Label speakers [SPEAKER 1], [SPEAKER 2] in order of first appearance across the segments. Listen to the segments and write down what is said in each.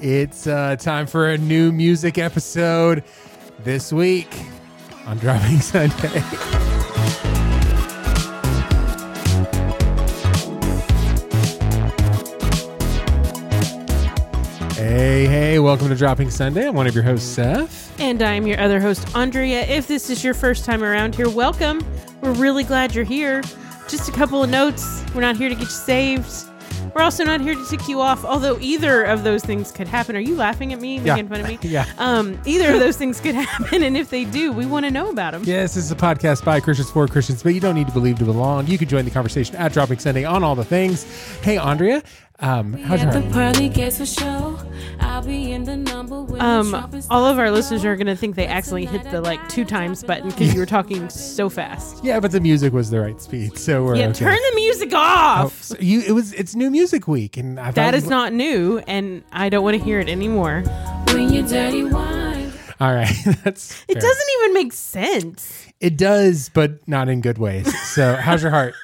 [SPEAKER 1] It's uh, time for a new music episode this week on Driving Sunday. hey, hey, welcome to Dropping Sunday. I'm one of your hosts, Seth.
[SPEAKER 2] And I'm your other host, Andrea. If this is your first time around here, welcome. We're really glad you're here. Just a couple of notes. We're not here to get you saved. We're also not here to tick you off, although either of those things could happen. Are you laughing at me,
[SPEAKER 1] Yeah.
[SPEAKER 2] making fun of me?
[SPEAKER 1] Yeah.
[SPEAKER 2] Um, either of those things could happen, and if they do, we want to know about them.
[SPEAKER 1] Yes, this is a podcast by Christians for Christians, but you don't need to believe to belong. You can join the conversation at Dropping Sunday on all the things. Hey, Andrea, um, how's your
[SPEAKER 3] At the
[SPEAKER 1] heart?
[SPEAKER 3] pearly gates for show. I'll be in the number when
[SPEAKER 2] Um,
[SPEAKER 3] the shopping
[SPEAKER 2] all of our
[SPEAKER 3] starts
[SPEAKER 2] listeners
[SPEAKER 3] to
[SPEAKER 2] are going to think they accidentally hit the like two times button because you were talking so fast.
[SPEAKER 1] Yeah, but the music was the right speed, so we're
[SPEAKER 2] Yeah,
[SPEAKER 1] Oh, okay. Oh,
[SPEAKER 2] turn the music off.
[SPEAKER 1] So you, it was it's new music week, and I
[SPEAKER 2] That
[SPEAKER 1] thought-
[SPEAKER 2] is not new, and I don't want to hear it anymore.
[SPEAKER 3] go. When your dirty wine.
[SPEAKER 1] all right. That's
[SPEAKER 2] It
[SPEAKER 1] fair.
[SPEAKER 2] doesn't even make sense.
[SPEAKER 1] It does, but not in good ways. So, how's your heart?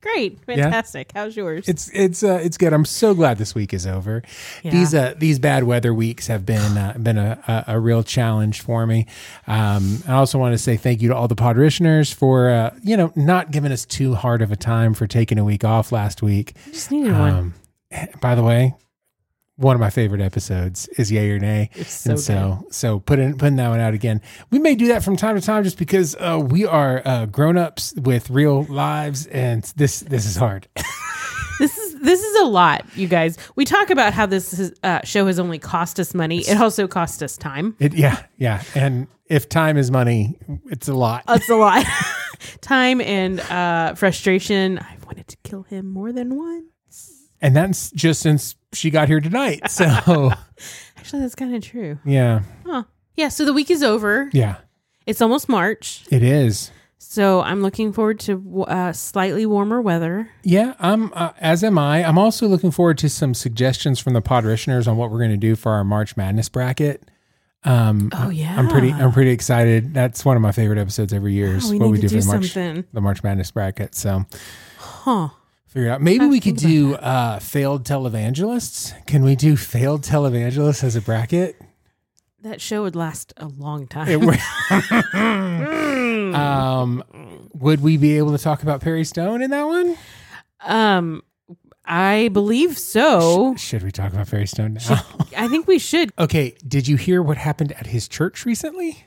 [SPEAKER 2] Great, fantastic. How's yours?
[SPEAKER 1] It's it's uh, it's good. I'm so glad this week is over.
[SPEAKER 2] Yeah.
[SPEAKER 1] These uh, these bad weather weeks have been uh, been a, a, a real challenge for me. Um, I also want to say thank you to all the Podrishners for uh, you know not giving us too hard of a time for taking a week off last week.
[SPEAKER 2] just needed
[SPEAKER 1] Um,
[SPEAKER 2] one.
[SPEAKER 1] eh, by the way, one of my favorite episodes is Yay or Nay.
[SPEAKER 2] It's so
[SPEAKER 1] and so so putting putting that one out again. We may do that from time to time just because uh, we are uh, grown ups with real lives, and this this is hard.
[SPEAKER 2] This is this is a lot, you guys. We talk about how this is, uh, show has only cost us money. It also cost us time.
[SPEAKER 1] It, yeah, yeah, and if time is money, it's a lot.
[SPEAKER 2] That's a lot. time and uh, frustration. I wanted to kill him more than once.
[SPEAKER 1] and that's just since she got here tonight. So
[SPEAKER 2] Actually, that's kind of true.
[SPEAKER 1] yeah,
[SPEAKER 2] Huh. Yeah. So the week is over.
[SPEAKER 1] yeah,
[SPEAKER 2] It's almost March.
[SPEAKER 1] it is.
[SPEAKER 2] So I'm looking forward to uh, slightly warmer weather.
[SPEAKER 1] Yeah, I'm uh, as am I. I'm also looking forward to some suggestions from the Podrishners on what we're going to do for our March Madness bracket. Um,
[SPEAKER 2] Oh yeah.
[SPEAKER 1] I'm pretty. I'm pretty excited. That's one of my favorite episodes every year. Is
[SPEAKER 2] Wow, Oh, we
[SPEAKER 1] what
[SPEAKER 2] need
[SPEAKER 1] we do
[SPEAKER 2] to
[SPEAKER 1] for
[SPEAKER 2] do
[SPEAKER 1] the March,
[SPEAKER 2] something.
[SPEAKER 1] the March Madness bracket. So
[SPEAKER 2] Huh.
[SPEAKER 1] figure it out. Maybe we could do uh, failed televangelists. Can we do failed televangelists as a bracket?
[SPEAKER 2] That show would last a long time.
[SPEAKER 1] It would-
[SPEAKER 2] Hmm.
[SPEAKER 1] um, would we be able to talk about Perry Stone in that one?
[SPEAKER 2] Um, I believe so.
[SPEAKER 1] Should we talk about Perry Stone now?
[SPEAKER 2] I think we should.
[SPEAKER 1] okay. Did you hear what happened at his church recently?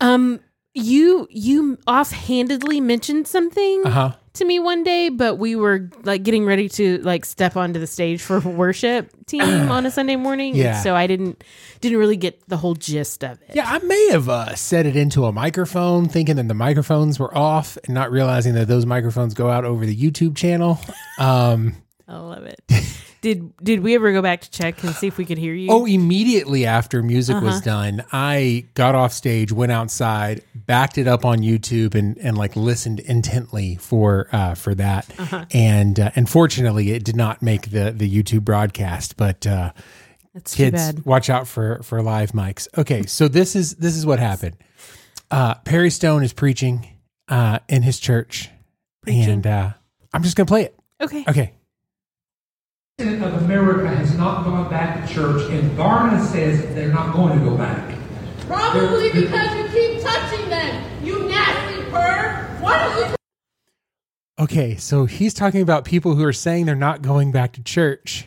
[SPEAKER 2] Um, you you offhandedly mentioned something
[SPEAKER 1] Uh huh.
[SPEAKER 2] to me one day, but we were like getting ready to like step onto the stage for worship team on a Sunday morning,
[SPEAKER 1] Yeah.
[SPEAKER 2] so I didn't didn't really get the whole gist of it.
[SPEAKER 1] Yeah, I may have uh, set it into a microphone, thinking that the microphones were off, and not realizing that those microphones go out over the YouTube channel. Um,
[SPEAKER 2] I love it. did did we ever go back to check and see if we could hear you?
[SPEAKER 1] oh, immediately after music was done, I got off stage, went outside, backed it up on YouTube, and and like listened intently for uh, for that. And uh, and fortunately, it did not make the the YouTube broadcast, but. Uh,
[SPEAKER 2] that's too
[SPEAKER 1] kids
[SPEAKER 2] bad.
[SPEAKER 1] watch out for for live mics okay so this is this is what happened uh perry stone is preaching uh in his church and uh i'm just gonna play it
[SPEAKER 2] Okay.
[SPEAKER 1] okay
[SPEAKER 4] President of America has not gone back to church, and Barna says they're not going to go back.
[SPEAKER 5] Probably because you keep touching them, you nasty perv. Why don't you
[SPEAKER 1] okay so he's talking about people who are saying they're not going back to church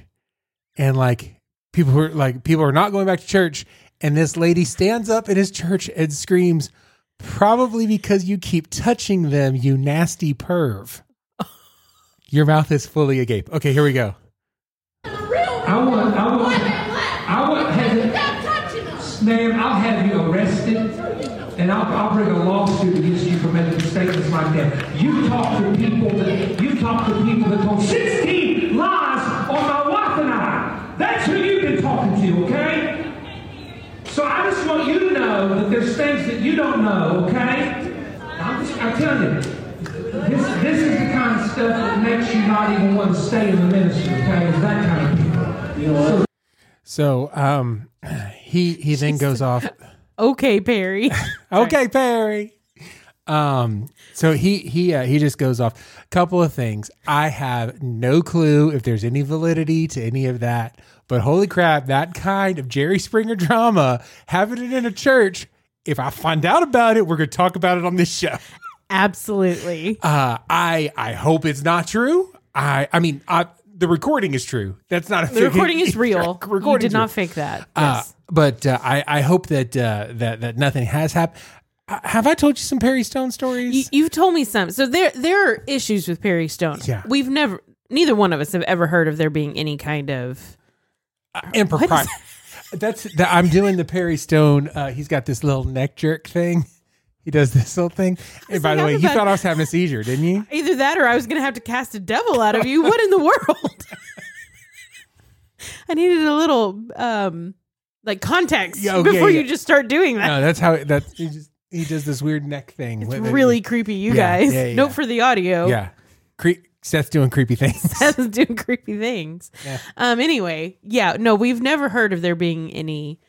[SPEAKER 1] and like people who are like people are not going back to church and this lady stands up in his church and screams probably because you keep touching them you nasty perv your mouth is fully agape okay here we go
[SPEAKER 5] the real
[SPEAKER 4] I want, I
[SPEAKER 5] white
[SPEAKER 4] want,
[SPEAKER 5] man laugh?
[SPEAKER 4] I want, has,
[SPEAKER 5] Stop touching them.
[SPEAKER 4] ma'am, I'll have you arrested, and I'll, I'll bring a lawsuit against you for making statements like that. You talk to people that, you talk to people that told 16 lies on my wife and I. That's who you've been talking to, okay? So I just want you to know that there's things that you don't know, okay? I'm just, I'm telling you, this, this is the kind of stuff that makes you not even want to stay in the ministry, okay? Is that kind of people. You know what?
[SPEAKER 1] So um, he he then goes off.
[SPEAKER 2] Okay, Perry.
[SPEAKER 1] Okay, Perry. Um, so he he uh, he just goes off. A couple of things. I have no clue if there's any validity to any of that. But holy crap, that kind of Jerry Springer drama having it in a church. If I find out about it, we're going to talk about it on this show.
[SPEAKER 2] Absolutely.
[SPEAKER 1] Uh, I I hope it's not true. I I mean, I, the recording is true. That's not a
[SPEAKER 2] The recording is real. You
[SPEAKER 1] recording
[SPEAKER 2] did not fake that. Yes.
[SPEAKER 1] uh, but uh, I, I hope that uh, that that nothing has happened. Have I told you some Perry Stone stories?
[SPEAKER 2] You, you've told me some. So there there are issues with Perry Stone.
[SPEAKER 1] Yeah.
[SPEAKER 2] We've never neither one of us have ever heard of there being any kind of
[SPEAKER 1] Uh, impropriety. That's that I'm doing the Perry Stone. Uh, he's got this little neck jerk thing. He does this little thing. And by
[SPEAKER 2] like,
[SPEAKER 1] the way,
[SPEAKER 2] I'm
[SPEAKER 1] you
[SPEAKER 2] about-
[SPEAKER 1] thought I was having a seizure, didn't you?
[SPEAKER 2] either that or I was gonna have to cast a devil out of you. What in the world? I needed a little um like context
[SPEAKER 1] Yeah, okay,
[SPEAKER 2] before
[SPEAKER 1] yeah.
[SPEAKER 2] you just start doing that.
[SPEAKER 1] No, that's how that he just he does this weird neck thing.
[SPEAKER 2] it's
[SPEAKER 1] with it.
[SPEAKER 2] really creepy, you
[SPEAKER 1] Yeah,
[SPEAKER 2] guys.
[SPEAKER 1] yeah, yeah,
[SPEAKER 2] Note
[SPEAKER 1] yeah.
[SPEAKER 2] for the audio.
[SPEAKER 1] yeah. Cre- Seth's doing creepy things.
[SPEAKER 2] Seth is doing creepy things. Um. Anyway, yeah. No, we've never heard of there being any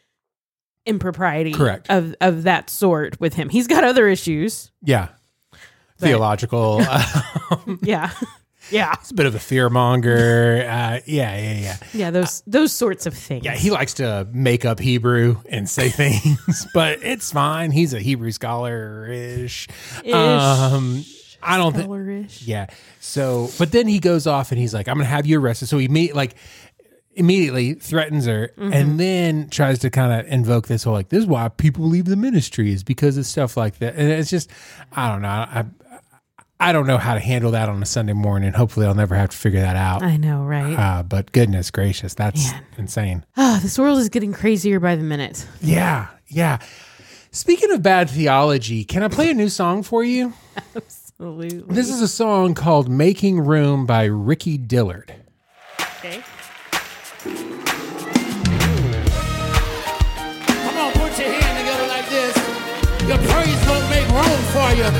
[SPEAKER 2] impropriety,
[SPEAKER 1] Correct.
[SPEAKER 2] of of that sort with him. He's got other issues.
[SPEAKER 1] yeah, theological. Uh,
[SPEAKER 2] Yeah, yeah,
[SPEAKER 1] he's a bit of a fear monger. Uh, yeah, yeah, yeah.
[SPEAKER 2] yeah. Those those sorts of things.
[SPEAKER 1] Yeah, he likes to make up Hebrew and say things, but it's fine. He's a Hebrew scholar ish.
[SPEAKER 2] Ish.
[SPEAKER 1] Um, I don't think.
[SPEAKER 2] Colorish.
[SPEAKER 1] Yeah. So, but then he goes off and he's like, "I'm gonna have you arrested." So he meet like immediately threatens her,
[SPEAKER 2] Mm-hmm.
[SPEAKER 1] and then tries to kind of invoke this whole like, "This is why people leave the ministry is because of stuff like that." And it's just, I don't know. I I don't know how to handle that on a Sunday morning. Hopefully, I'll never have to figure that out.
[SPEAKER 2] I know, right?
[SPEAKER 1] Uh, but goodness gracious, that's insane.
[SPEAKER 2] Ah, this world is getting crazier by the minute.
[SPEAKER 1] Yeah, yeah. Speaking of bad theology, can I play a new song for you?
[SPEAKER 2] Absolutely.
[SPEAKER 1] This is a song called Making Room by Ricky Dillard.
[SPEAKER 2] okay.
[SPEAKER 6] Come on, put your hand together like this. Your praise gonna make room for you.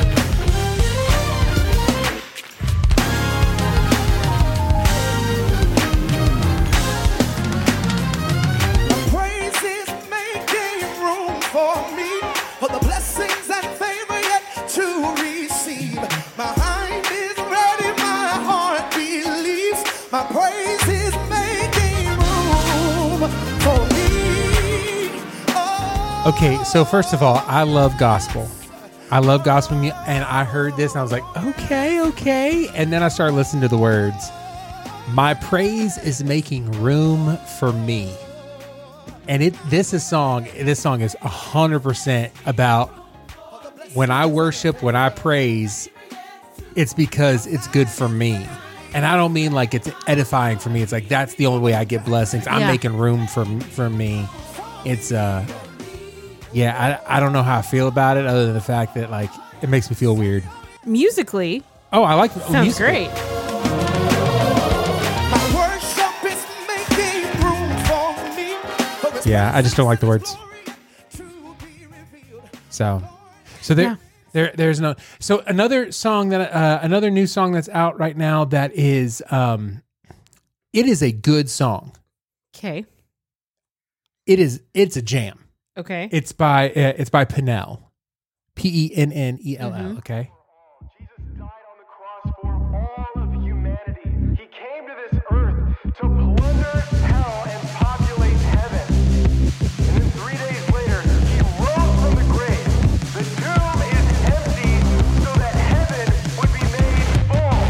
[SPEAKER 7] Praise is making room for me for the blessings and favor yet to receive. My mind is ready, my heart believes. My praise is making room for me. Oh,
[SPEAKER 1] Okay, so first of all, I love gospel. I love gospel music, and I heard this and I was like, okay, okay. And then I started listening to the words My praise is making room for me. And it this is song, this song is 100% about when I worship, when I praise, it's because it's good for me. And I don't mean like it's edifying for me. It's like that's the only way I get blessings. I'm
[SPEAKER 2] Yeah.
[SPEAKER 1] making room for for me. It's uh yeah, I, I don't know how I feel about it other than the fact that like it makes me feel weird.
[SPEAKER 2] Musically,
[SPEAKER 1] Oh, I like the
[SPEAKER 2] sounds great.
[SPEAKER 7] my worship is making room for me. for His
[SPEAKER 1] Yeah, I just don't like the words.
[SPEAKER 7] glory to be revealed.
[SPEAKER 1] So, so there,
[SPEAKER 2] Yeah.
[SPEAKER 1] there, there's no. So another song that, uh, another new song that's out right now that is, um, it is a good song.
[SPEAKER 2] Okay.
[SPEAKER 1] It is, it's a jam.
[SPEAKER 2] Okay.
[SPEAKER 1] It's by, uh, it's by Pinnell, P E N N E L L. Okay.
[SPEAKER 8] Jesus died on the cross for all of humanity. He came to this earth to plunder hell and populate heaven. And then three days later, he rose from the grave. The tomb is empty so that heaven would be made full.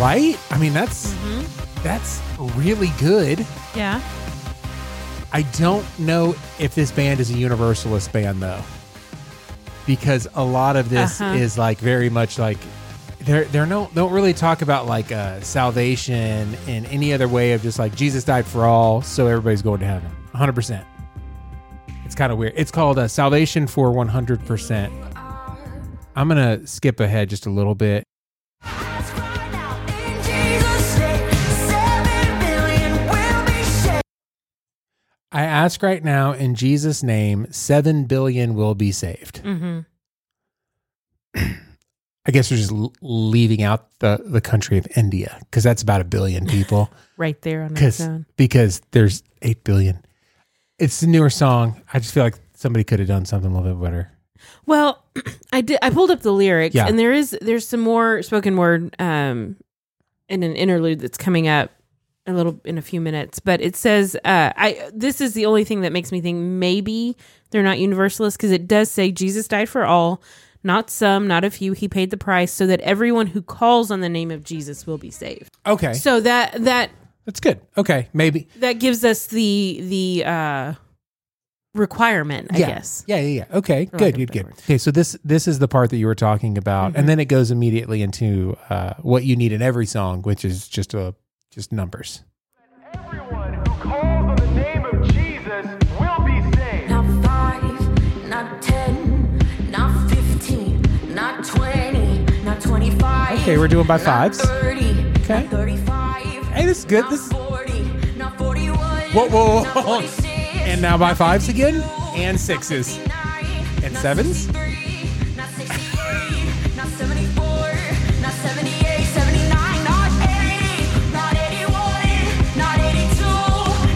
[SPEAKER 1] Right. I mean, that's, that's really good.
[SPEAKER 2] yeah.
[SPEAKER 1] I don't know if this band is a universalist band though, because a lot of this
[SPEAKER 2] Uh-huh.
[SPEAKER 1] is like very much like they're they're no don't really talk about like uh, salvation in any other way of just like Jesus died for all, so everybody's going to heaven, one hundred percent. It's kind of weird. It's called uh, Salvation for one hundred percent. I'm gonna skip ahead just a little bit. I ask right now in Jesus' name, seven billion will be saved.
[SPEAKER 2] Mm-hmm.
[SPEAKER 1] I guess they're just l- leaving out the, the country of India because that's about a billion people.
[SPEAKER 2] Right there on its
[SPEAKER 1] Because
[SPEAKER 2] own.
[SPEAKER 1] because there's eight billion. It's a newer song. I just feel like somebody could have done something a little bit better.
[SPEAKER 2] Well, I did. I pulled up the lyrics,
[SPEAKER 1] Yeah.
[SPEAKER 2] and there is there's some more spoken word um, in an interlude that's coming up a little in a few minutes. But it says, uh, "I." This is the only thing that makes me think maybe they're not universalists because it does say Jesus died for all, not some, not a few. He paid the price so that everyone who calls on the name of Jesus will be saved.
[SPEAKER 1] Okay,
[SPEAKER 2] So that that
[SPEAKER 1] that's good. Okay, maybe.
[SPEAKER 2] that gives us the the uh, requirement, I
[SPEAKER 1] yeah.
[SPEAKER 2] guess.
[SPEAKER 1] Yeah, yeah, yeah. Okay,
[SPEAKER 2] lack
[SPEAKER 1] good,
[SPEAKER 2] of
[SPEAKER 1] good,
[SPEAKER 2] better
[SPEAKER 1] good.
[SPEAKER 2] words.
[SPEAKER 1] Okay, so this this is the part that you were talking about,
[SPEAKER 2] Mm-hmm.
[SPEAKER 1] and then it goes immediately into uh, what you need in every song, which is just a just numbers.
[SPEAKER 8] Everyone who calls on the name of Jesus will be saved.
[SPEAKER 3] Not five, not ten, not fifteen, not twenty, not twenty-five.
[SPEAKER 1] Okay, we're doing by
[SPEAKER 3] not
[SPEAKER 1] fives.
[SPEAKER 3] Thirty.
[SPEAKER 1] Okay.
[SPEAKER 3] Not Thirty-five.
[SPEAKER 1] Hey, this is good.
[SPEAKER 3] Not
[SPEAKER 1] This is-
[SPEAKER 3] forty. Not forty-one.
[SPEAKER 1] Whoa, whoa,
[SPEAKER 3] not
[SPEAKER 1] whoa.
[SPEAKER 3] 46,
[SPEAKER 1] And now by
[SPEAKER 3] not
[SPEAKER 1] fives again?
[SPEAKER 3] 52,
[SPEAKER 1] And sixes.
[SPEAKER 3] not 59,
[SPEAKER 1] And
[SPEAKER 3] not
[SPEAKER 1] sevens?
[SPEAKER 3] 63, not 68, not 74, not 78, 79, not 80, not 81, not 82,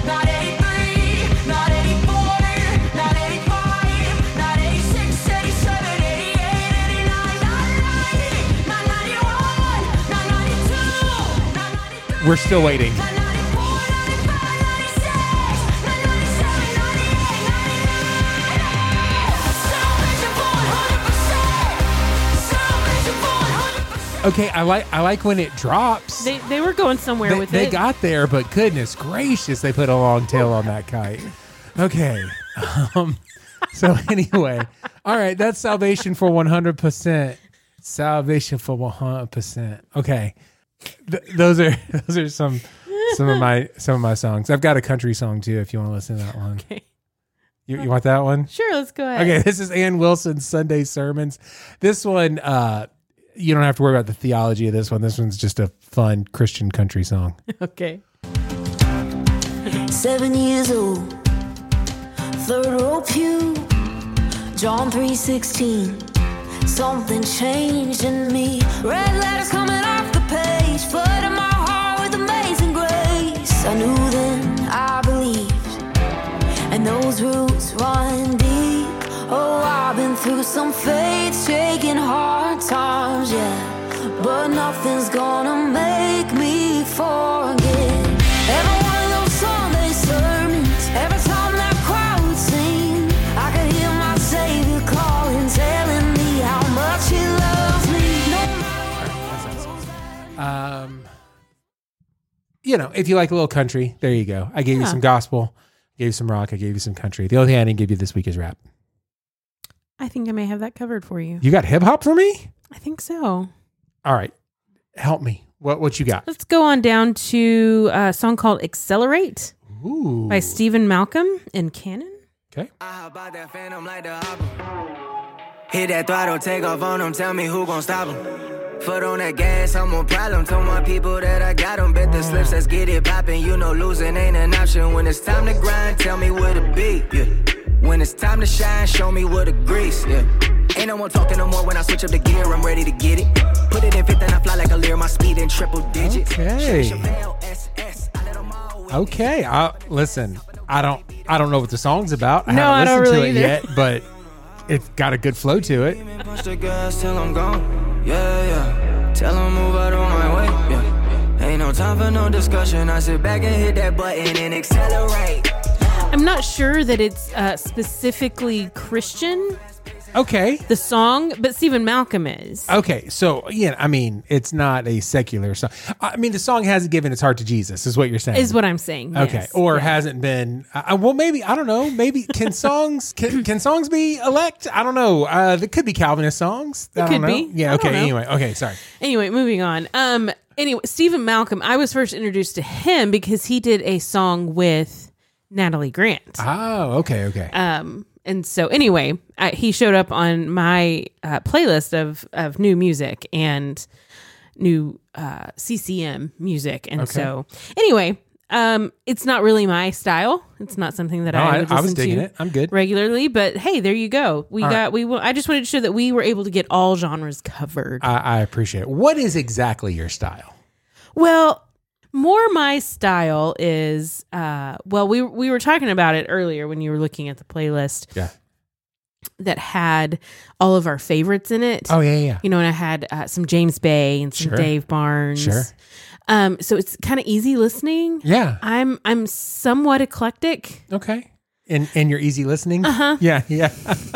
[SPEAKER 3] not 83, not 84, not 85, not 86, 87, 88, 89, not 90, not 91, not 92, not 93.
[SPEAKER 1] We're still waiting.
[SPEAKER 3] not 94, 95, 96, not 97, 98, 99. Salvation for 100%. Salvation for 100%.
[SPEAKER 1] Okay, I like I like when it drops.
[SPEAKER 2] They, they were going somewhere
[SPEAKER 1] They,
[SPEAKER 2] with
[SPEAKER 1] they
[SPEAKER 2] it.
[SPEAKER 1] got there, but goodness gracious, they put a long tail on that kite. Okay. Um, so anyway, all right, that's salvation for 100%. Salvation for 100%. Okay. Th- those are those are some some of my some of my songs. I've got a country song too if you want to listen to that one.
[SPEAKER 2] Okay.
[SPEAKER 1] You, you want that one?
[SPEAKER 2] Sure, let's go ahead.
[SPEAKER 1] Okay, this is Ann Wilson's Sunday sermons. This one, uh, you don't have to worry about the theology of this one. This one's just a fun Christian country song.
[SPEAKER 2] Okay.
[SPEAKER 9] seven years old, third row pew, John 3:16. Something changed in me. Red letters coming off the page, flooding my heart with amazing grace. I knew then, I believed, and those roots run deep. Oh, I've been through some faith-shaking hard times, yeah, but nothing's gonna make me forget. Every one of those Sunday sermons, every time that crowd would sing, I could hear my Savior calling, telling me how much He loves me. No
[SPEAKER 1] Um, you know, if you like a little country, there you go. I gave you some gospel, gave you some rock, I gave you some country. The only thing I didn't give you this week is rap.
[SPEAKER 2] I think I may have that covered for you.
[SPEAKER 1] You got hip hop for me?
[SPEAKER 2] I think so.
[SPEAKER 1] All right, help me. What what you got?
[SPEAKER 2] Let's go on down to a song called Accelerate
[SPEAKER 1] Ooh,
[SPEAKER 2] by Stephen Malcolm and Cannon.
[SPEAKER 1] okay.
[SPEAKER 10] I hop out that phantom like the hopper. Hit that throttle, take off on them, tell me who gon' stop them. Foot on that gas, I'm on problem. Told my people that I got them. Bet the slips, let's get it poppin'. You know losing ain't an option. When it's time to grind, tell me where to be. Yeah. When it's time to shine, show me where to grease. Yeah. Ain't no one talking no more when I switch up the gear. I'm ready to get it. Put it in fifth and I fly like a lear. My speed in triple digits.
[SPEAKER 1] Okay.
[SPEAKER 10] Chevelle SS, I let 'em all with me.
[SPEAKER 1] Okay, I, listen. I don't. I don't know what the song's about. I
[SPEAKER 2] No, I
[SPEAKER 1] haven't
[SPEAKER 2] don't
[SPEAKER 1] listened
[SPEAKER 2] really
[SPEAKER 1] to it
[SPEAKER 2] either.
[SPEAKER 1] yet, but it's got a good flow to it.
[SPEAKER 10] Push the gas till I'm gone. Yeah, yeah. Tell 'em move out of my way. Yeah. Ain't no time for no discussion. I sit back and hit that button and accelerate.
[SPEAKER 2] I'm not sure that it's uh, specifically Christian,
[SPEAKER 1] Okay.
[SPEAKER 2] the song, but Stephen Malcolm is.
[SPEAKER 1] Okay, so yeah, I mean, it's not a secular song. I mean, the song hasn't given its heart to Jesus, is what you're saying.
[SPEAKER 2] Is what I'm saying.
[SPEAKER 1] Okay,
[SPEAKER 2] yes.
[SPEAKER 1] or
[SPEAKER 2] Yeah.
[SPEAKER 1] hasn't been. Uh, well, maybe I don't know. Maybe can songs can, can songs be elect? I don't know. Uh, there could be Calvinist songs. I don't
[SPEAKER 2] could
[SPEAKER 1] know.
[SPEAKER 2] be.
[SPEAKER 1] Yeah.
[SPEAKER 2] I don't
[SPEAKER 1] Okay.
[SPEAKER 2] know.
[SPEAKER 1] Anyway. Okay. Sorry.
[SPEAKER 2] Anyway, moving on. Um. Anyway, Stephen Malcolm. I was first introduced to him because he did a song with Natalie Grant.
[SPEAKER 1] Oh. Okay. Okay.
[SPEAKER 2] Um, and so anyway, I, he showed up on my uh, playlist of of new music and new uh, CCM music, and so anyway, um, it's not really my style. It's not something that
[SPEAKER 1] No,
[SPEAKER 2] I,
[SPEAKER 1] I,
[SPEAKER 2] would
[SPEAKER 1] I was
[SPEAKER 2] listen
[SPEAKER 1] digging
[SPEAKER 2] to
[SPEAKER 1] it. I'm good.
[SPEAKER 2] regularly. But hey, there you go. We
[SPEAKER 1] All
[SPEAKER 2] got
[SPEAKER 1] right.
[SPEAKER 2] we. will- I just wanted to show that we were able to get all genres covered.
[SPEAKER 1] I, I appreciate it. What is exactly your style?
[SPEAKER 2] Well, more my style is uh well we we were talking about it earlier when you were looking at the playlist.
[SPEAKER 1] Yeah.
[SPEAKER 2] that had all of our favorites in it.
[SPEAKER 1] Oh, yeah, yeah, yeah.
[SPEAKER 2] You know, and I had uh, some James Bay and some
[SPEAKER 1] Sure.
[SPEAKER 2] Dave Barnes.
[SPEAKER 1] Sure.
[SPEAKER 2] Um, so it's kind of easy listening.
[SPEAKER 1] Yeah.
[SPEAKER 2] I'm I'm somewhat eclectic.
[SPEAKER 1] Okay. And and you're easy listening.
[SPEAKER 2] Uh-huh.
[SPEAKER 1] Yeah, yeah.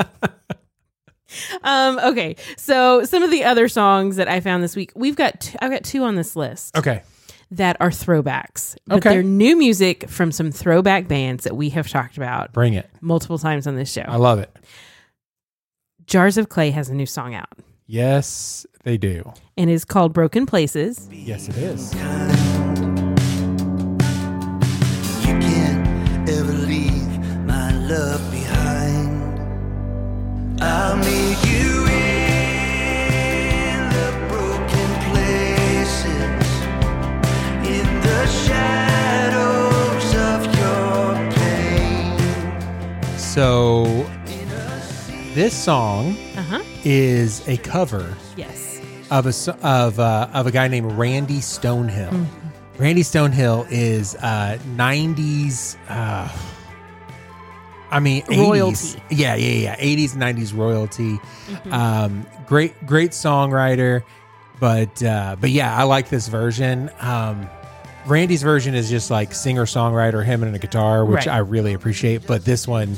[SPEAKER 2] Um, okay, so some of the other songs that I found this week, we've got t- I've got two on this list
[SPEAKER 1] Okay.
[SPEAKER 2] that are throwbacks, but
[SPEAKER 1] Oh. Okay.
[SPEAKER 2] they're new music from some throwback bands that we have talked about
[SPEAKER 1] Bring it.
[SPEAKER 2] multiple times on this show.
[SPEAKER 1] I love it.
[SPEAKER 2] Jars of Clay has a new song out,
[SPEAKER 1] Yes, they do.
[SPEAKER 2] and it's called Broken Places.
[SPEAKER 1] Yes, it is.
[SPEAKER 11] You can't ever leave my love behind. I'll meet you in the broken places, in the shadows of your pain.
[SPEAKER 1] So this song
[SPEAKER 2] Uh-huh.
[SPEAKER 1] is a cover
[SPEAKER 2] Yes.
[SPEAKER 1] of a s- of uh, of a guy named Randy Stonehill.
[SPEAKER 2] Mhm.
[SPEAKER 1] Randy Stonehill is uh, '90s. Uh, I mean, 80s.
[SPEAKER 2] Royalty. Mm-hmm.
[SPEAKER 1] Yeah, yeah, yeah. '80s, '90s royalty. Um, great, great songwriter. But uh, but yeah, I like this version. Um, Randy's version is just like singer songwriter, him and a guitar, which
[SPEAKER 2] Right.
[SPEAKER 1] I really appreciate. But this one,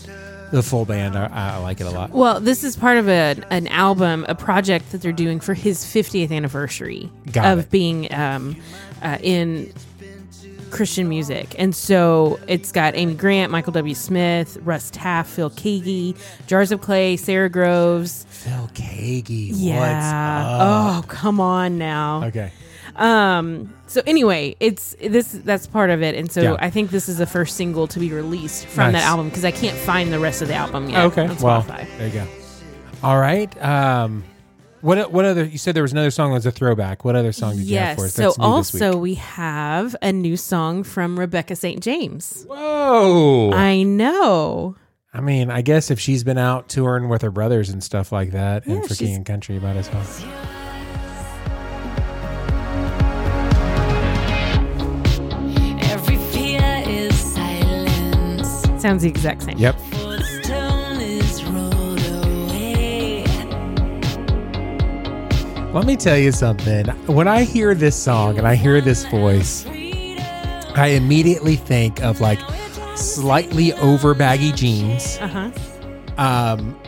[SPEAKER 1] the full band, I, I like it a lot.
[SPEAKER 2] Well, this is part of a, an album, a project that they're doing for his 50th anniversary
[SPEAKER 1] Got
[SPEAKER 2] of
[SPEAKER 1] it.
[SPEAKER 2] being um, uh, in Christian music. And so it's got Amy Grant, Michael W. Smith, Russ Taff, Phil Keaggy, Jars of Clay, Sarah Groves.
[SPEAKER 1] Phil Kagi,
[SPEAKER 2] Yeah.
[SPEAKER 1] what's up?
[SPEAKER 2] Oh, come on now.
[SPEAKER 1] Okay.
[SPEAKER 2] Um. So anyway, it's this. That's part of it, and so
[SPEAKER 1] Yeah.
[SPEAKER 2] I think this is the first single to be released from
[SPEAKER 1] Nice.
[SPEAKER 2] that album because I can't find the rest of the album yet.
[SPEAKER 1] Okay.
[SPEAKER 2] On
[SPEAKER 1] Well,
[SPEAKER 2] Spotify.
[SPEAKER 1] there you go. All right. Um, what what other? You said there was another song that was a throwback. What other song did you have
[SPEAKER 2] yes.
[SPEAKER 1] for us?
[SPEAKER 2] So
[SPEAKER 1] that's new this week?
[SPEAKER 2] also we have a new song from Rebecca St. James.
[SPEAKER 1] Whoa. I,
[SPEAKER 2] I know.
[SPEAKER 1] mean, I guess if she's been out touring with her brothers and stuff like that, and
[SPEAKER 2] Yeah,
[SPEAKER 1] for
[SPEAKER 2] she's-
[SPEAKER 1] King and Country, might as well.
[SPEAKER 12] Every fear is silence.
[SPEAKER 2] Sounds the exact same.
[SPEAKER 1] Yep.
[SPEAKER 12] The stone is rolled away.
[SPEAKER 1] Let me tell you something. When I hear this song and I hear this voice, I immediately think of like slightly over baggy jeans.
[SPEAKER 2] Uh huh.
[SPEAKER 1] um,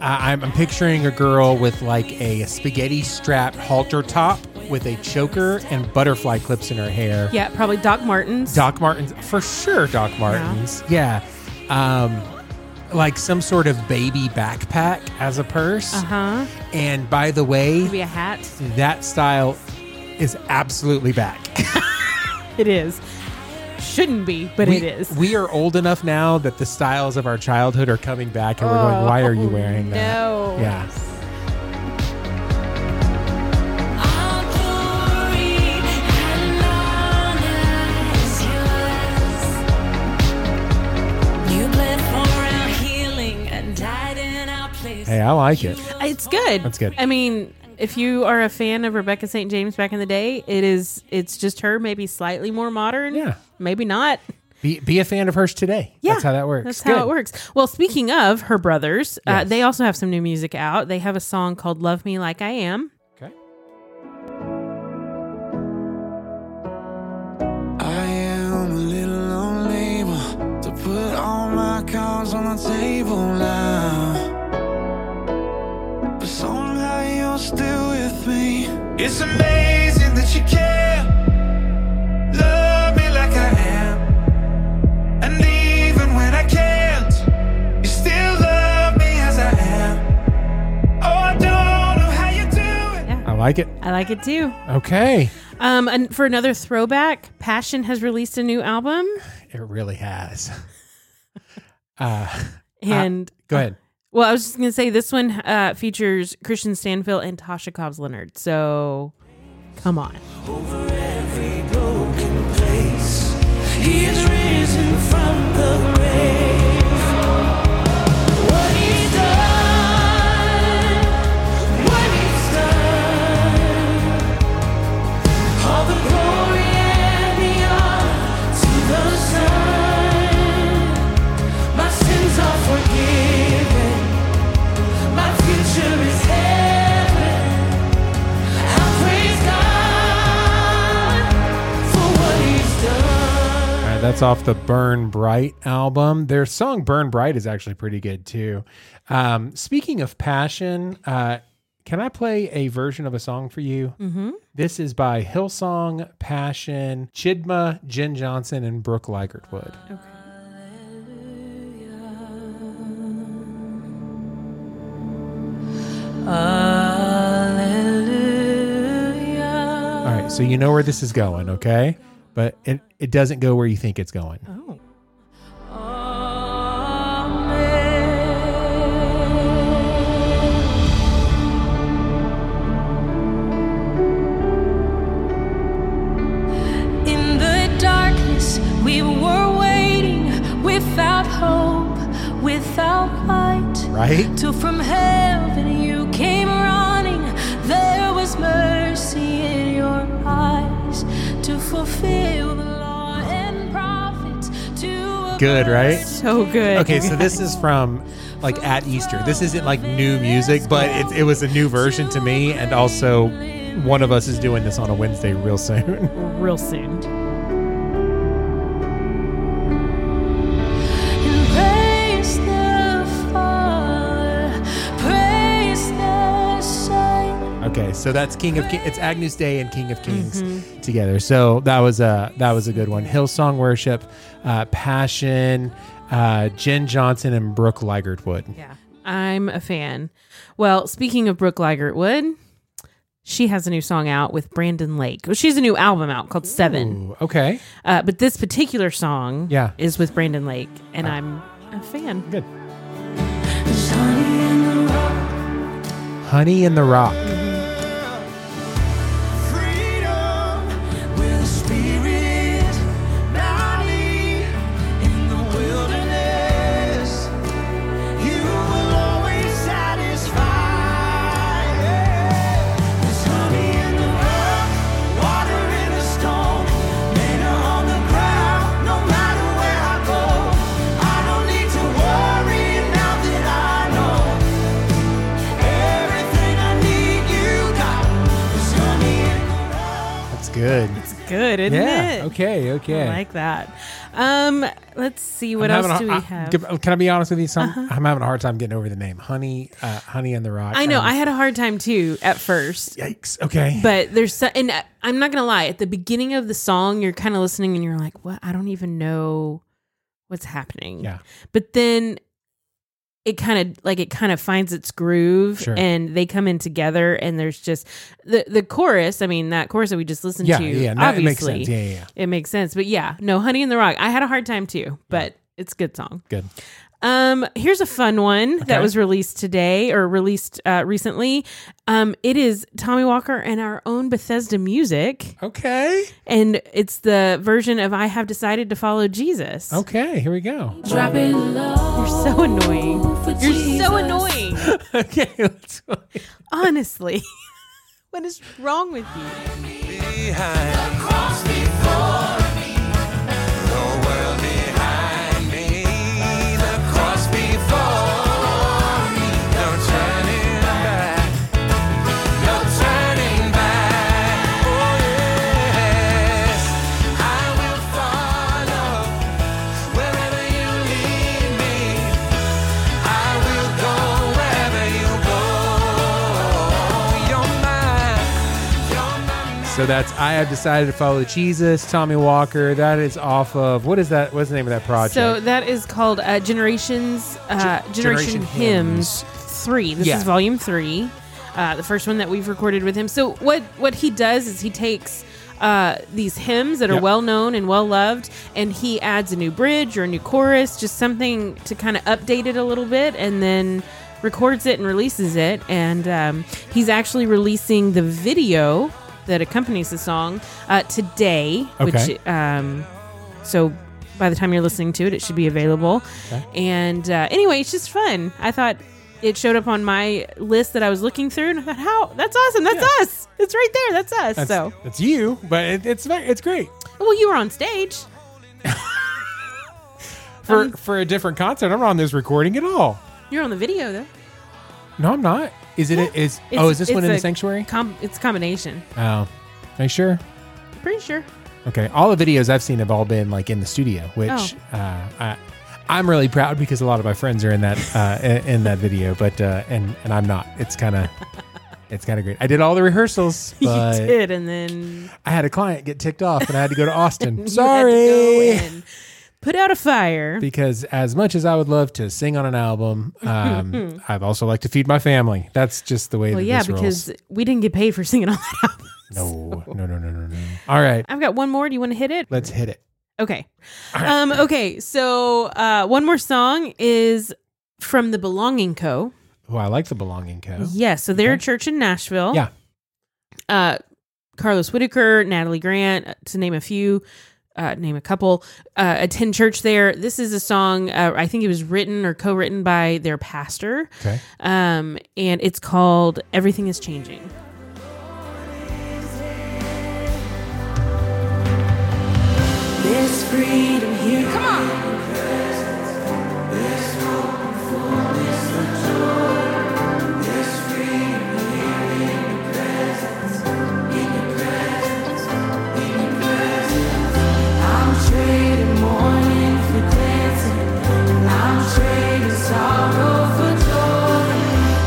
[SPEAKER 1] I, I'm, I'm picturing a girl with like a spaghetti strapped halter top with a choker and butterfly clips in her hair.
[SPEAKER 2] Yeah. Probably Doc Martens.
[SPEAKER 1] Doc Martens, for sure, Doc Martens. Yeah. Um, like some sort of baby backpack as a purse.
[SPEAKER 2] Uh huh.
[SPEAKER 1] And by the way,
[SPEAKER 2] Maybe a hat.
[SPEAKER 1] that style is absolutely back.
[SPEAKER 2] It is. Shouldn't be, but
[SPEAKER 1] we,
[SPEAKER 2] it is.
[SPEAKER 1] We are old enough now that the styles of our childhood are coming back and we're
[SPEAKER 2] Oh,
[SPEAKER 1] going, why are you wearing that?
[SPEAKER 2] no.
[SPEAKER 1] Yeah.
[SPEAKER 12] You bled for our healing and died in our place.
[SPEAKER 1] Hey, I like it.
[SPEAKER 2] It's good.
[SPEAKER 1] That's good.
[SPEAKER 2] I mean, if you are a fan of Rebecca St. James back in the day, it is. It's just her, maybe slightly more modern.
[SPEAKER 1] Yeah.
[SPEAKER 2] Maybe not.
[SPEAKER 1] Be, be a fan of hers today.
[SPEAKER 2] Yeah,
[SPEAKER 1] That's how that works.
[SPEAKER 2] That's how it
[SPEAKER 1] Good.
[SPEAKER 2] works. Well, speaking of her brothers, uh,
[SPEAKER 1] Yes.
[SPEAKER 2] they also have some new music out. They have a song called "Love Me Like I Am."
[SPEAKER 11] I am a little lonely but to put all my cards on the table now. But somehow you're still with me. It's amazing that you care. Love me like I am. And even when I can't, you still love me as I am. Oh, I don't know how you do it.
[SPEAKER 1] I like it.
[SPEAKER 2] I like it too.
[SPEAKER 1] Okay.
[SPEAKER 2] Um, and for another throwback, Passion has released a new album,
[SPEAKER 1] It really has. Uh,
[SPEAKER 2] and
[SPEAKER 1] go ahead.
[SPEAKER 2] well, I was just gonna say this one uh, features Christian Stanfield and Tasha Cobbs Leonard. So, come on.
[SPEAKER 12] He is risen from the grave. What he's done, what he's done. All the glory and the honor to the Son. My sins are forgiven.
[SPEAKER 1] that's off the Burn Bright album. Their song Burn Bright is actually pretty good too. Um, speaking of passion, uh, can I play a version of a song for you?
[SPEAKER 2] Mm-hmm.
[SPEAKER 1] This is by Hillsong, Passion, Chidma, Jen Johnson, and Brooke Ligertwood.
[SPEAKER 12] Hallelujah.
[SPEAKER 1] All right, so you know where this is going, okay? But it, it doesn't go where you think it's going.
[SPEAKER 2] Oh.
[SPEAKER 12] In the darkness, we were waiting without hope, without light.
[SPEAKER 1] Right?
[SPEAKER 12] Till from heaven you came running, there was mercy in your eyes to fulfill the law and prophets. To
[SPEAKER 1] Good, right?
[SPEAKER 2] So good.
[SPEAKER 1] Okay, so this is from like at Easter. This isn't like new music, but it, it was a new version to me. And also, one of us is doing this on a Wednesday real soon.
[SPEAKER 2] Real soon.
[SPEAKER 12] praise the Father, praise the Son.
[SPEAKER 1] Okay, so that's King of Ki- It's Agnus Day and King of Kings
[SPEAKER 2] Mm-hmm.
[SPEAKER 1] together. So that was a that was a good one. Hillsong worship, uh, passion, uh, Jen Johnson and Brooke Ligertwood.
[SPEAKER 2] Yeah. I'm a fan. Well, speaking of Brooke Ligertwood, she has a new song out with Brandon Lake. Well, she has a new album out called Seven.
[SPEAKER 1] Ooh, okay.
[SPEAKER 2] Uh, but this particular song
[SPEAKER 1] Yeah. Uh.
[SPEAKER 2] is with Brandon Lake, and I'm a fan.
[SPEAKER 1] Good. Honey in the Rock. That's good.
[SPEAKER 2] It's good, isn't
[SPEAKER 1] yeah.
[SPEAKER 2] it?
[SPEAKER 1] Okay. Okay.
[SPEAKER 2] I like that. Um, let's see what
[SPEAKER 1] I'm
[SPEAKER 2] else
[SPEAKER 1] having
[SPEAKER 2] do we
[SPEAKER 1] a- I-
[SPEAKER 2] have. Uh-huh.
[SPEAKER 1] give- Can I be honest with you? Some, I'm having a hard time getting over the name. Honey, uh, Honey in the Rock.
[SPEAKER 2] I know
[SPEAKER 1] Um,
[SPEAKER 2] I had a hard time too at first.
[SPEAKER 1] Yikes. Okay.
[SPEAKER 2] But there's so, and I- I'm not gonna lie. At the beginning of the song, you're kind of listening and you're like, "What? I don't even know what's happening."
[SPEAKER 1] Yeah.
[SPEAKER 2] But then it kind of like it kind of finds its groove,
[SPEAKER 1] Sure.
[SPEAKER 2] and they come in together, and there's just the the chorus. I mean, that chorus that we just listened
[SPEAKER 1] Yeah,
[SPEAKER 2] to.
[SPEAKER 1] yeah, no, it makes
[SPEAKER 2] obviously,
[SPEAKER 1] sense. Yeah, yeah, yeah.
[SPEAKER 2] it makes sense. But yeah, no, "Honey in the Rock." I had a hard time too, but it's a good song.
[SPEAKER 1] Good.
[SPEAKER 2] Um, here's a fun one
[SPEAKER 1] Okay.
[SPEAKER 2] that was released today or released uh, recently. Um, it is Tommy Walker and our own Bethesda music,
[SPEAKER 1] Okay.
[SPEAKER 2] and it's the version of "I Have Decided to Follow Jesus."
[SPEAKER 1] Okay. Here we go.
[SPEAKER 12] Drop it low.
[SPEAKER 2] You're so annoying. You're so annoying.
[SPEAKER 1] okay. Let's go.
[SPEAKER 2] Honestly, what is wrong with you?
[SPEAKER 3] Oh,
[SPEAKER 1] So that's I have decided to follow Jesus, Tommy Walker. That is off of what is that? What's the name of that project?
[SPEAKER 2] So that is called uh, Generations, uh,
[SPEAKER 1] Gen-
[SPEAKER 2] Generation,
[SPEAKER 1] Generation
[SPEAKER 2] Hymns, Three. This
[SPEAKER 1] Yeah.
[SPEAKER 2] is Volume Three, uh, the first one that we've recorded with him. So what what he does is he takes. Uh, these hymns that are
[SPEAKER 1] Yep.
[SPEAKER 2] well known and well loved, and he adds a new bridge or a new chorus, just something to kind of update it a little bit, and then records it and releases it. And um, he's actually releasing the video that accompanies the song uh, today,
[SPEAKER 1] Okay.
[SPEAKER 2] which um, so by the time you're listening to it, it should be available.
[SPEAKER 1] Okay.
[SPEAKER 2] And uh, anyway, it's just fun. I thought it showed up on my list that I was looking through, and I thought, "How? That's awesome! That's us! It's right there! That's us!"
[SPEAKER 1] that's,
[SPEAKER 2] so,
[SPEAKER 1] that's you, but it, it's ve- it's great
[SPEAKER 2] well, you were on stage.
[SPEAKER 1] for
[SPEAKER 2] Um,
[SPEAKER 1] for a different concert. I'm not on this recording at all.
[SPEAKER 2] You're on the video though.
[SPEAKER 1] No, I'm not. Is it? Is
[SPEAKER 2] It's-
[SPEAKER 1] oh, is this one
[SPEAKER 2] it's
[SPEAKER 1] in
[SPEAKER 2] a
[SPEAKER 1] the sanctuary?
[SPEAKER 2] Com- it's a combination.
[SPEAKER 1] Oh, are you sure?
[SPEAKER 2] Pretty sure.
[SPEAKER 1] Okay, all the videos I've seen have all been like in the studio, which
[SPEAKER 2] Oh.
[SPEAKER 1] uh, I, I'm really proud because a lot of my friends are in that uh, in, in that video, but uh, and and I'm not. It's kind of it's kind of great. I did all the rehearsals. But
[SPEAKER 2] you did, and then
[SPEAKER 1] I had a client get ticked off, and I had to go to Austin.
[SPEAKER 2] you had to go
[SPEAKER 1] Sorry.
[SPEAKER 2] and put out a fire.
[SPEAKER 1] Because as much as I would love to sing on an album, um, I'd also like to feed my family. That's just the way.
[SPEAKER 2] Well,
[SPEAKER 1] that
[SPEAKER 2] yeah,
[SPEAKER 1] this rolls.
[SPEAKER 2] because we didn't get paid for singing all that album.
[SPEAKER 1] no, no, no, no, no, no. All right,
[SPEAKER 2] I've got one more. Do you want to hit it?
[SPEAKER 1] let's hit it.
[SPEAKER 2] Okay. Um, okay. So uh, one more song is from the Belonging Co.
[SPEAKER 1] Oh, I like the Belonging Co.
[SPEAKER 2] Yeah. So they're a church in Nashville.
[SPEAKER 1] Yeah.
[SPEAKER 2] Uh, Carlos Whitaker, Natalie Grant, uh, to name a few, uh, name a couple, uh, attend church there. This is a song, uh, I think it was written or co written by their pastor.
[SPEAKER 1] Okay.
[SPEAKER 2] Um, and it's called Everything is Changing.
[SPEAKER 3] This freedom here. Come on. Sorrow for joy.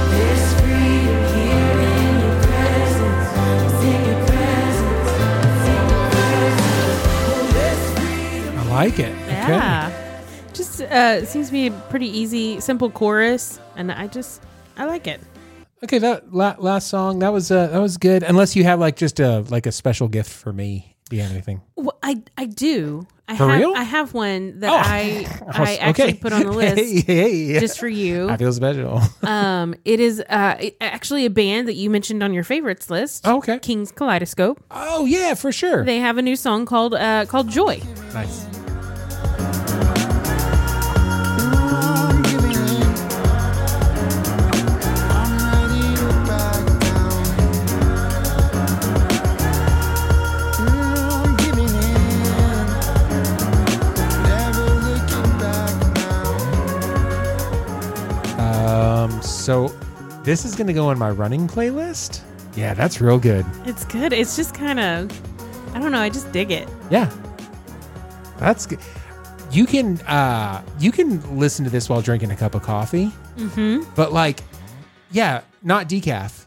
[SPEAKER 3] There's freedom here in your presence. It's in your presence. It's in your presence. Oh, there's
[SPEAKER 1] I like it. Okay.
[SPEAKER 2] Yeah. Just uh, seems to be a pretty easy, simple chorus. And I just, I like it.
[SPEAKER 1] Okay, that la- last song that was uh, that was good. Unless you have like just a like a special gift for me. Do you have anything?
[SPEAKER 2] Well, I I do. I
[SPEAKER 1] For
[SPEAKER 2] have
[SPEAKER 1] real?
[SPEAKER 2] I have one that
[SPEAKER 1] Oh.
[SPEAKER 2] I I
[SPEAKER 1] Okay.
[SPEAKER 2] actually put on the list
[SPEAKER 1] Hey, hey.
[SPEAKER 2] just for you.
[SPEAKER 1] I feel special.
[SPEAKER 2] um, it is uh it- actually a band that you mentioned on your favorites list.
[SPEAKER 1] Oh, okay.
[SPEAKER 2] King's Kaleidoscope.
[SPEAKER 1] Oh yeah, for sure.
[SPEAKER 2] They have a new song called uh called Joy.
[SPEAKER 1] nice. Um, so this is gonna go on my running playlist. Yeah, that's real good.
[SPEAKER 2] It's good. It's just kind of I don't know, I just dig it.
[SPEAKER 1] Yeah, that's good. You can uh, you can listen to this while drinking a cup of coffee,
[SPEAKER 2] Mhm.
[SPEAKER 1] but like, yeah, not decaf.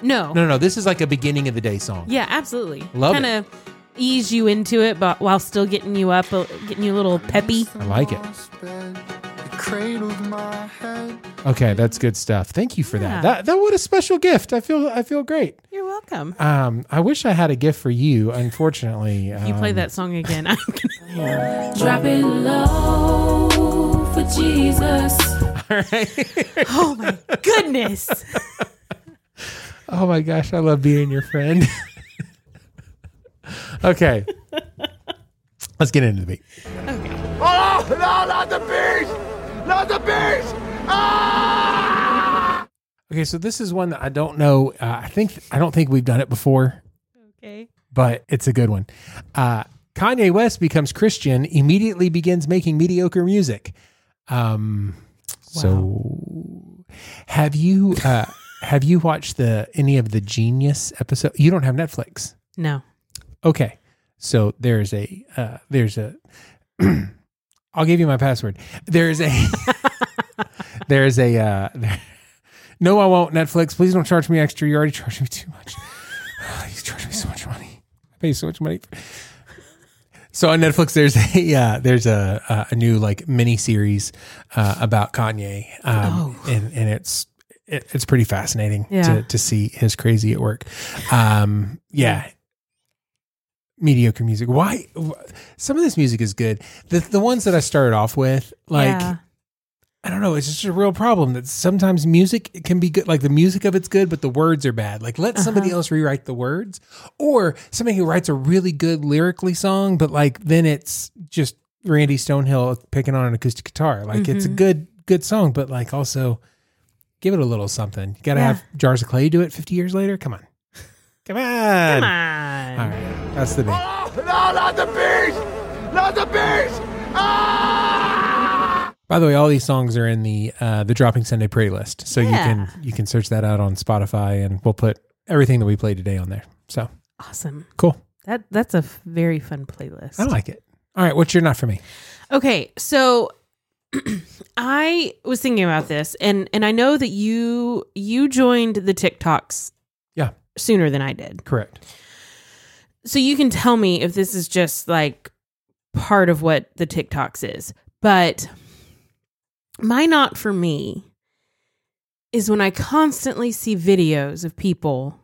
[SPEAKER 2] No.
[SPEAKER 1] No, no, this is like a beginning of the day song.
[SPEAKER 2] Yeah, absolutely.
[SPEAKER 1] Love
[SPEAKER 2] kind of ease you into it but while still getting you up, uh, getting you a little peppy.
[SPEAKER 1] I like it.
[SPEAKER 11] Cradled my head.
[SPEAKER 1] Okay, that's good stuff. Thank you for
[SPEAKER 2] Yeah.
[SPEAKER 1] that. That that what a special gift. I feel I feel great.
[SPEAKER 2] You're welcome.
[SPEAKER 1] Um, I wish I had a gift for you. Unfortunately,
[SPEAKER 2] You play
[SPEAKER 1] um,
[SPEAKER 2] that song again. I'm gonna
[SPEAKER 3] Drop it low for Jesus.
[SPEAKER 2] Oh my goodness.
[SPEAKER 1] Oh my gosh, I love being your friend. okay, let's get into the beat.
[SPEAKER 3] Oh, no, not the beast! Not the beast! Ah!
[SPEAKER 1] Okay, so this is one that I don't know. Uh, I think I don't think we've done it before.
[SPEAKER 2] Okay.
[SPEAKER 1] but it's a good one. Uh, Kanye West becomes Christian, immediately begins making mediocre music. Um, So, have you uh, have you watched the any of the Genius episode? You don't have Netflix,
[SPEAKER 2] No.
[SPEAKER 1] okay? So there's a uh, there's a I'll give you my password. There's a there's a uh, there- no, I won't Netflix. Please don't charge me extra. You already charged me too much. you charge me so much money. I pay so much money. for- So on Netflix, there's a uh, there's a uh, a new like mini series uh, about Kanye, um, and and it's it, it's pretty fascinating
[SPEAKER 2] Yeah.
[SPEAKER 1] to to see his crazy at work. Um, yeah, mediocre music. Why? Some of this music is good. The the ones that I started off with, like
[SPEAKER 2] Yeah.
[SPEAKER 1] I don't know, it's just a real problem that sometimes music can be good. Like the music of it's good, but the words are bad. Like let somebody
[SPEAKER 2] Uh-huh.
[SPEAKER 1] else rewrite the words, or somebody who writes a really good lyrically song, but like then it's just Randy Stonehill picking on an acoustic guitar. Like it's a
[SPEAKER 2] Mhm.
[SPEAKER 1] good good song, but like also give it a little something. You got to
[SPEAKER 2] Yeah.
[SPEAKER 1] have Jars of Clay do it fifty years later. Come on, come on,
[SPEAKER 2] Come on.
[SPEAKER 1] All right, that's the thing.
[SPEAKER 3] Oh, No, not the beast! Not the beast! Ah!
[SPEAKER 1] By the way, all these songs are in the uh, the Dropping Sunday Prey list, so
[SPEAKER 2] Yeah.
[SPEAKER 1] you can you can search that out on Spotify, and we'll put everything that we play today on there. So
[SPEAKER 2] Awesome.
[SPEAKER 1] cool.
[SPEAKER 2] That that's a f- very fun playlist.
[SPEAKER 1] I like it. All right, what's your not for me?
[SPEAKER 2] Okay, so I was thinking about this, and and I know that you you joined the TikToks,
[SPEAKER 1] Yeah.
[SPEAKER 2] sooner than I did.
[SPEAKER 1] Correct.
[SPEAKER 2] So you can tell me if this is just like part of what the TikToks is, but my not for me is when I constantly see videos of people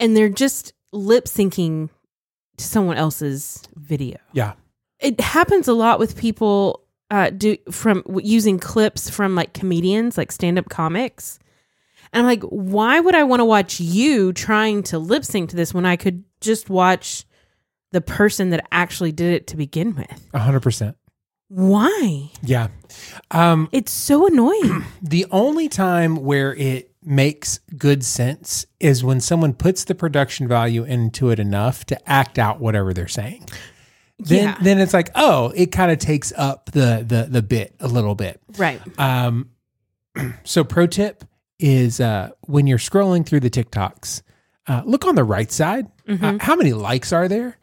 [SPEAKER 2] and they're just lip syncing to someone else's video
[SPEAKER 1] Yeah.
[SPEAKER 2] it happens a lot with people uh do from w- using clips from like comedians like stand-up comics and i'm like why would i want to watch you trying to lip sync to this when i could just watch the person that actually did it to begin with
[SPEAKER 1] A hundred percent.
[SPEAKER 2] why
[SPEAKER 1] Yeah. Um,
[SPEAKER 2] it's so annoying.
[SPEAKER 1] the only time where it makes good sense is when someone puts the production value into it enough to act out whatever they're saying. Then,
[SPEAKER 2] Yeah.
[SPEAKER 1] then it's like, oh, it kind of takes up the the the bit a little bit.
[SPEAKER 2] right
[SPEAKER 1] Um, so pro tip is uh, when you're scrolling through the TikToks, uh, look on the right side. Uh,
[SPEAKER 2] Mhm.
[SPEAKER 1] how many likes are there?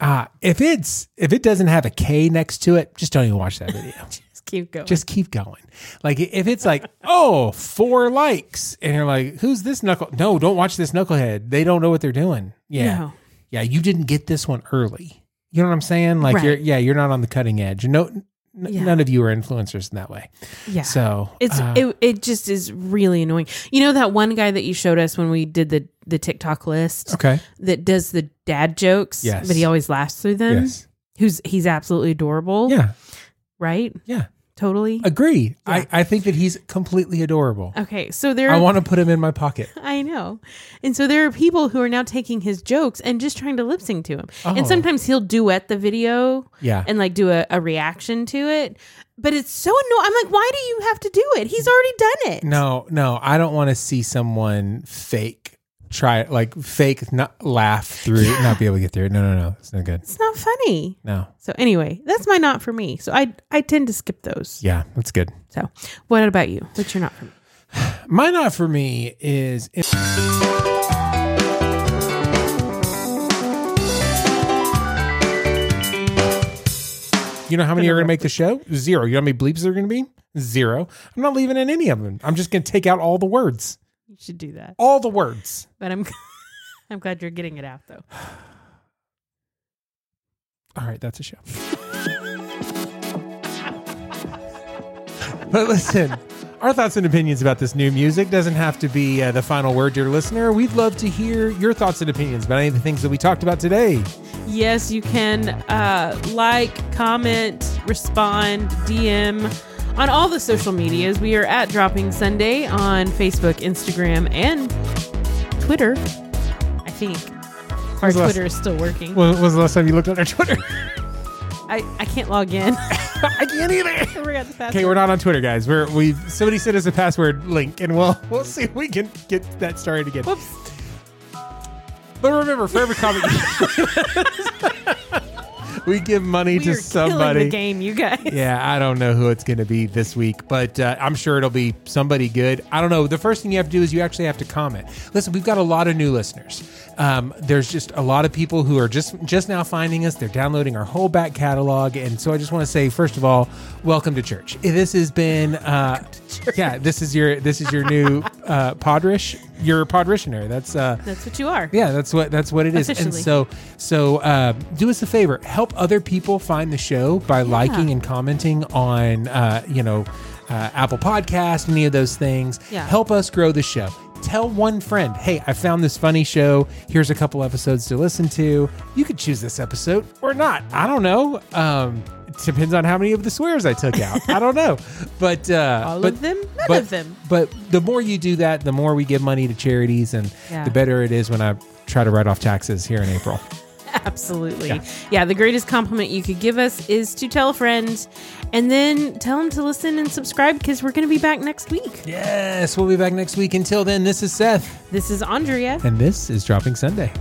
[SPEAKER 1] Uh, if it's if it doesn't have a K next to it, just don't even watch that video.
[SPEAKER 2] just keep going
[SPEAKER 1] just keep going. Like if it's like oh four likes and you're like who's this knuckle? No, don't watch this knucklehead. They don't know what they're doing. Yeah,
[SPEAKER 2] No.
[SPEAKER 1] yeah. You didn't get this one early. You know what I'm saying? Like
[SPEAKER 2] Right.
[SPEAKER 1] you're yeah you're not on the cutting edge. No, n-
[SPEAKER 2] Yeah.
[SPEAKER 1] none of you are influencers in that way.
[SPEAKER 2] Yeah.
[SPEAKER 1] So
[SPEAKER 2] It's
[SPEAKER 1] uh,
[SPEAKER 2] it, it just is really annoying. You know that one guy that you showed us when we did the the TikTok list.
[SPEAKER 1] Okay.
[SPEAKER 2] That does the dad jokes.
[SPEAKER 1] Yes.
[SPEAKER 2] But he always laughs through them.
[SPEAKER 1] Yes.
[SPEAKER 2] Who's he's absolutely adorable.
[SPEAKER 1] Yeah.
[SPEAKER 2] Right.
[SPEAKER 1] Yeah.
[SPEAKER 2] Totally.
[SPEAKER 1] Agree. I, I think that he's completely adorable.
[SPEAKER 2] Okay. So there.
[SPEAKER 1] I want to put him in my pocket.
[SPEAKER 2] I know. And so there are people who are now taking his jokes and just trying to lip sync to him.
[SPEAKER 1] Oh.
[SPEAKER 2] And sometimes he'll duet the video
[SPEAKER 1] Yeah.
[SPEAKER 2] and like do a, a reaction to it. But it's so annoying. I'm like, why do you have to do it? He's already done it.
[SPEAKER 1] No, no, I don't want to see someone fake try like fake not laugh through not be able to get through it. No, no, no. It's not good.
[SPEAKER 2] It's not funny.
[SPEAKER 1] No.
[SPEAKER 2] So anyway, that's my not for me. So I I tend to skip those.
[SPEAKER 1] Yeah, that's good.
[SPEAKER 2] So what about you? What's your not for me?
[SPEAKER 1] My not for me is You know how many are going to make the show? Zero. You know how many bleeps there are going to be? Zero. I'm not leaving in any of them. I'm just going to take out all the words.
[SPEAKER 2] You should do that.
[SPEAKER 1] All the words.
[SPEAKER 2] But I'm I'm glad you're getting it out though.
[SPEAKER 1] All right, that's a show. but listen, our thoughts and opinions about this new music doesn't have to be uh, the final word, dear listener. We'd love to hear your thoughts and opinions about any of the things that we talked about today.
[SPEAKER 2] Yes, you can uh, like, comment, respond, DM on all the social medias. We are at Dropping Sunday on Facebook, Instagram, and Twitter. I think our
[SPEAKER 1] When's the last-
[SPEAKER 2] Twitter is still working.
[SPEAKER 1] When was the last time you looked at our Twitter?
[SPEAKER 2] I, I can't log in. I
[SPEAKER 1] can't either.
[SPEAKER 2] We're the password.
[SPEAKER 1] okay, we're not on Twitter, guys. We're we somebody sent us a password link, and we'll we'll see if we can get that started again.
[SPEAKER 2] Whoops.
[SPEAKER 1] But remember, for every comment, we give money
[SPEAKER 2] We
[SPEAKER 1] to
[SPEAKER 2] are
[SPEAKER 1] somebody.
[SPEAKER 2] killing the game, you guys.
[SPEAKER 1] Yeah, I don't know who it's going to be this week, but uh, I'm sure it'll be somebody good. I don't know. The first thing you have to do is you actually have to comment. Listen, we've got a lot of new listeners. Um, there's just a lot of people who are just just now finding us. They're downloading our whole back catalog, and so I just want to say, first of all, welcome to church. This has been, uh, yeah, this is your this is your new uh, podrish, your podrissioner. That's uh,
[SPEAKER 2] That's what you are.
[SPEAKER 1] yeah, that's what that's what it is. And
[SPEAKER 2] Officially.
[SPEAKER 1] so so uh, do us a favor, help other people find the show by liking and commenting on uh, you know uh, Apple Podcast, any of those things.
[SPEAKER 2] Yeah.
[SPEAKER 1] Help us grow the show. Tell one friend, hey, I found this funny show. Here's a couple episodes to listen to. You could choose this episode or not. I don't know. Um, it depends on how many of the swears I took out. I don't know. But uh,
[SPEAKER 2] All
[SPEAKER 1] but-
[SPEAKER 2] of them? None
[SPEAKER 1] but-
[SPEAKER 2] of them.
[SPEAKER 1] But the more you do that, the more we give money to charities, and
[SPEAKER 2] Yeah.
[SPEAKER 1] the better it is when I try to write off taxes here in April.
[SPEAKER 2] Absolutely.
[SPEAKER 1] Yeah.
[SPEAKER 2] Yeah. the greatest compliment you could give us is to tell a friend and then tell them to listen and subscribe because we're going to be back next week.
[SPEAKER 1] yes, we'll be back next week. Until then, this is Seth,
[SPEAKER 2] This is Andrea.
[SPEAKER 1] and this is Dropping Sunday.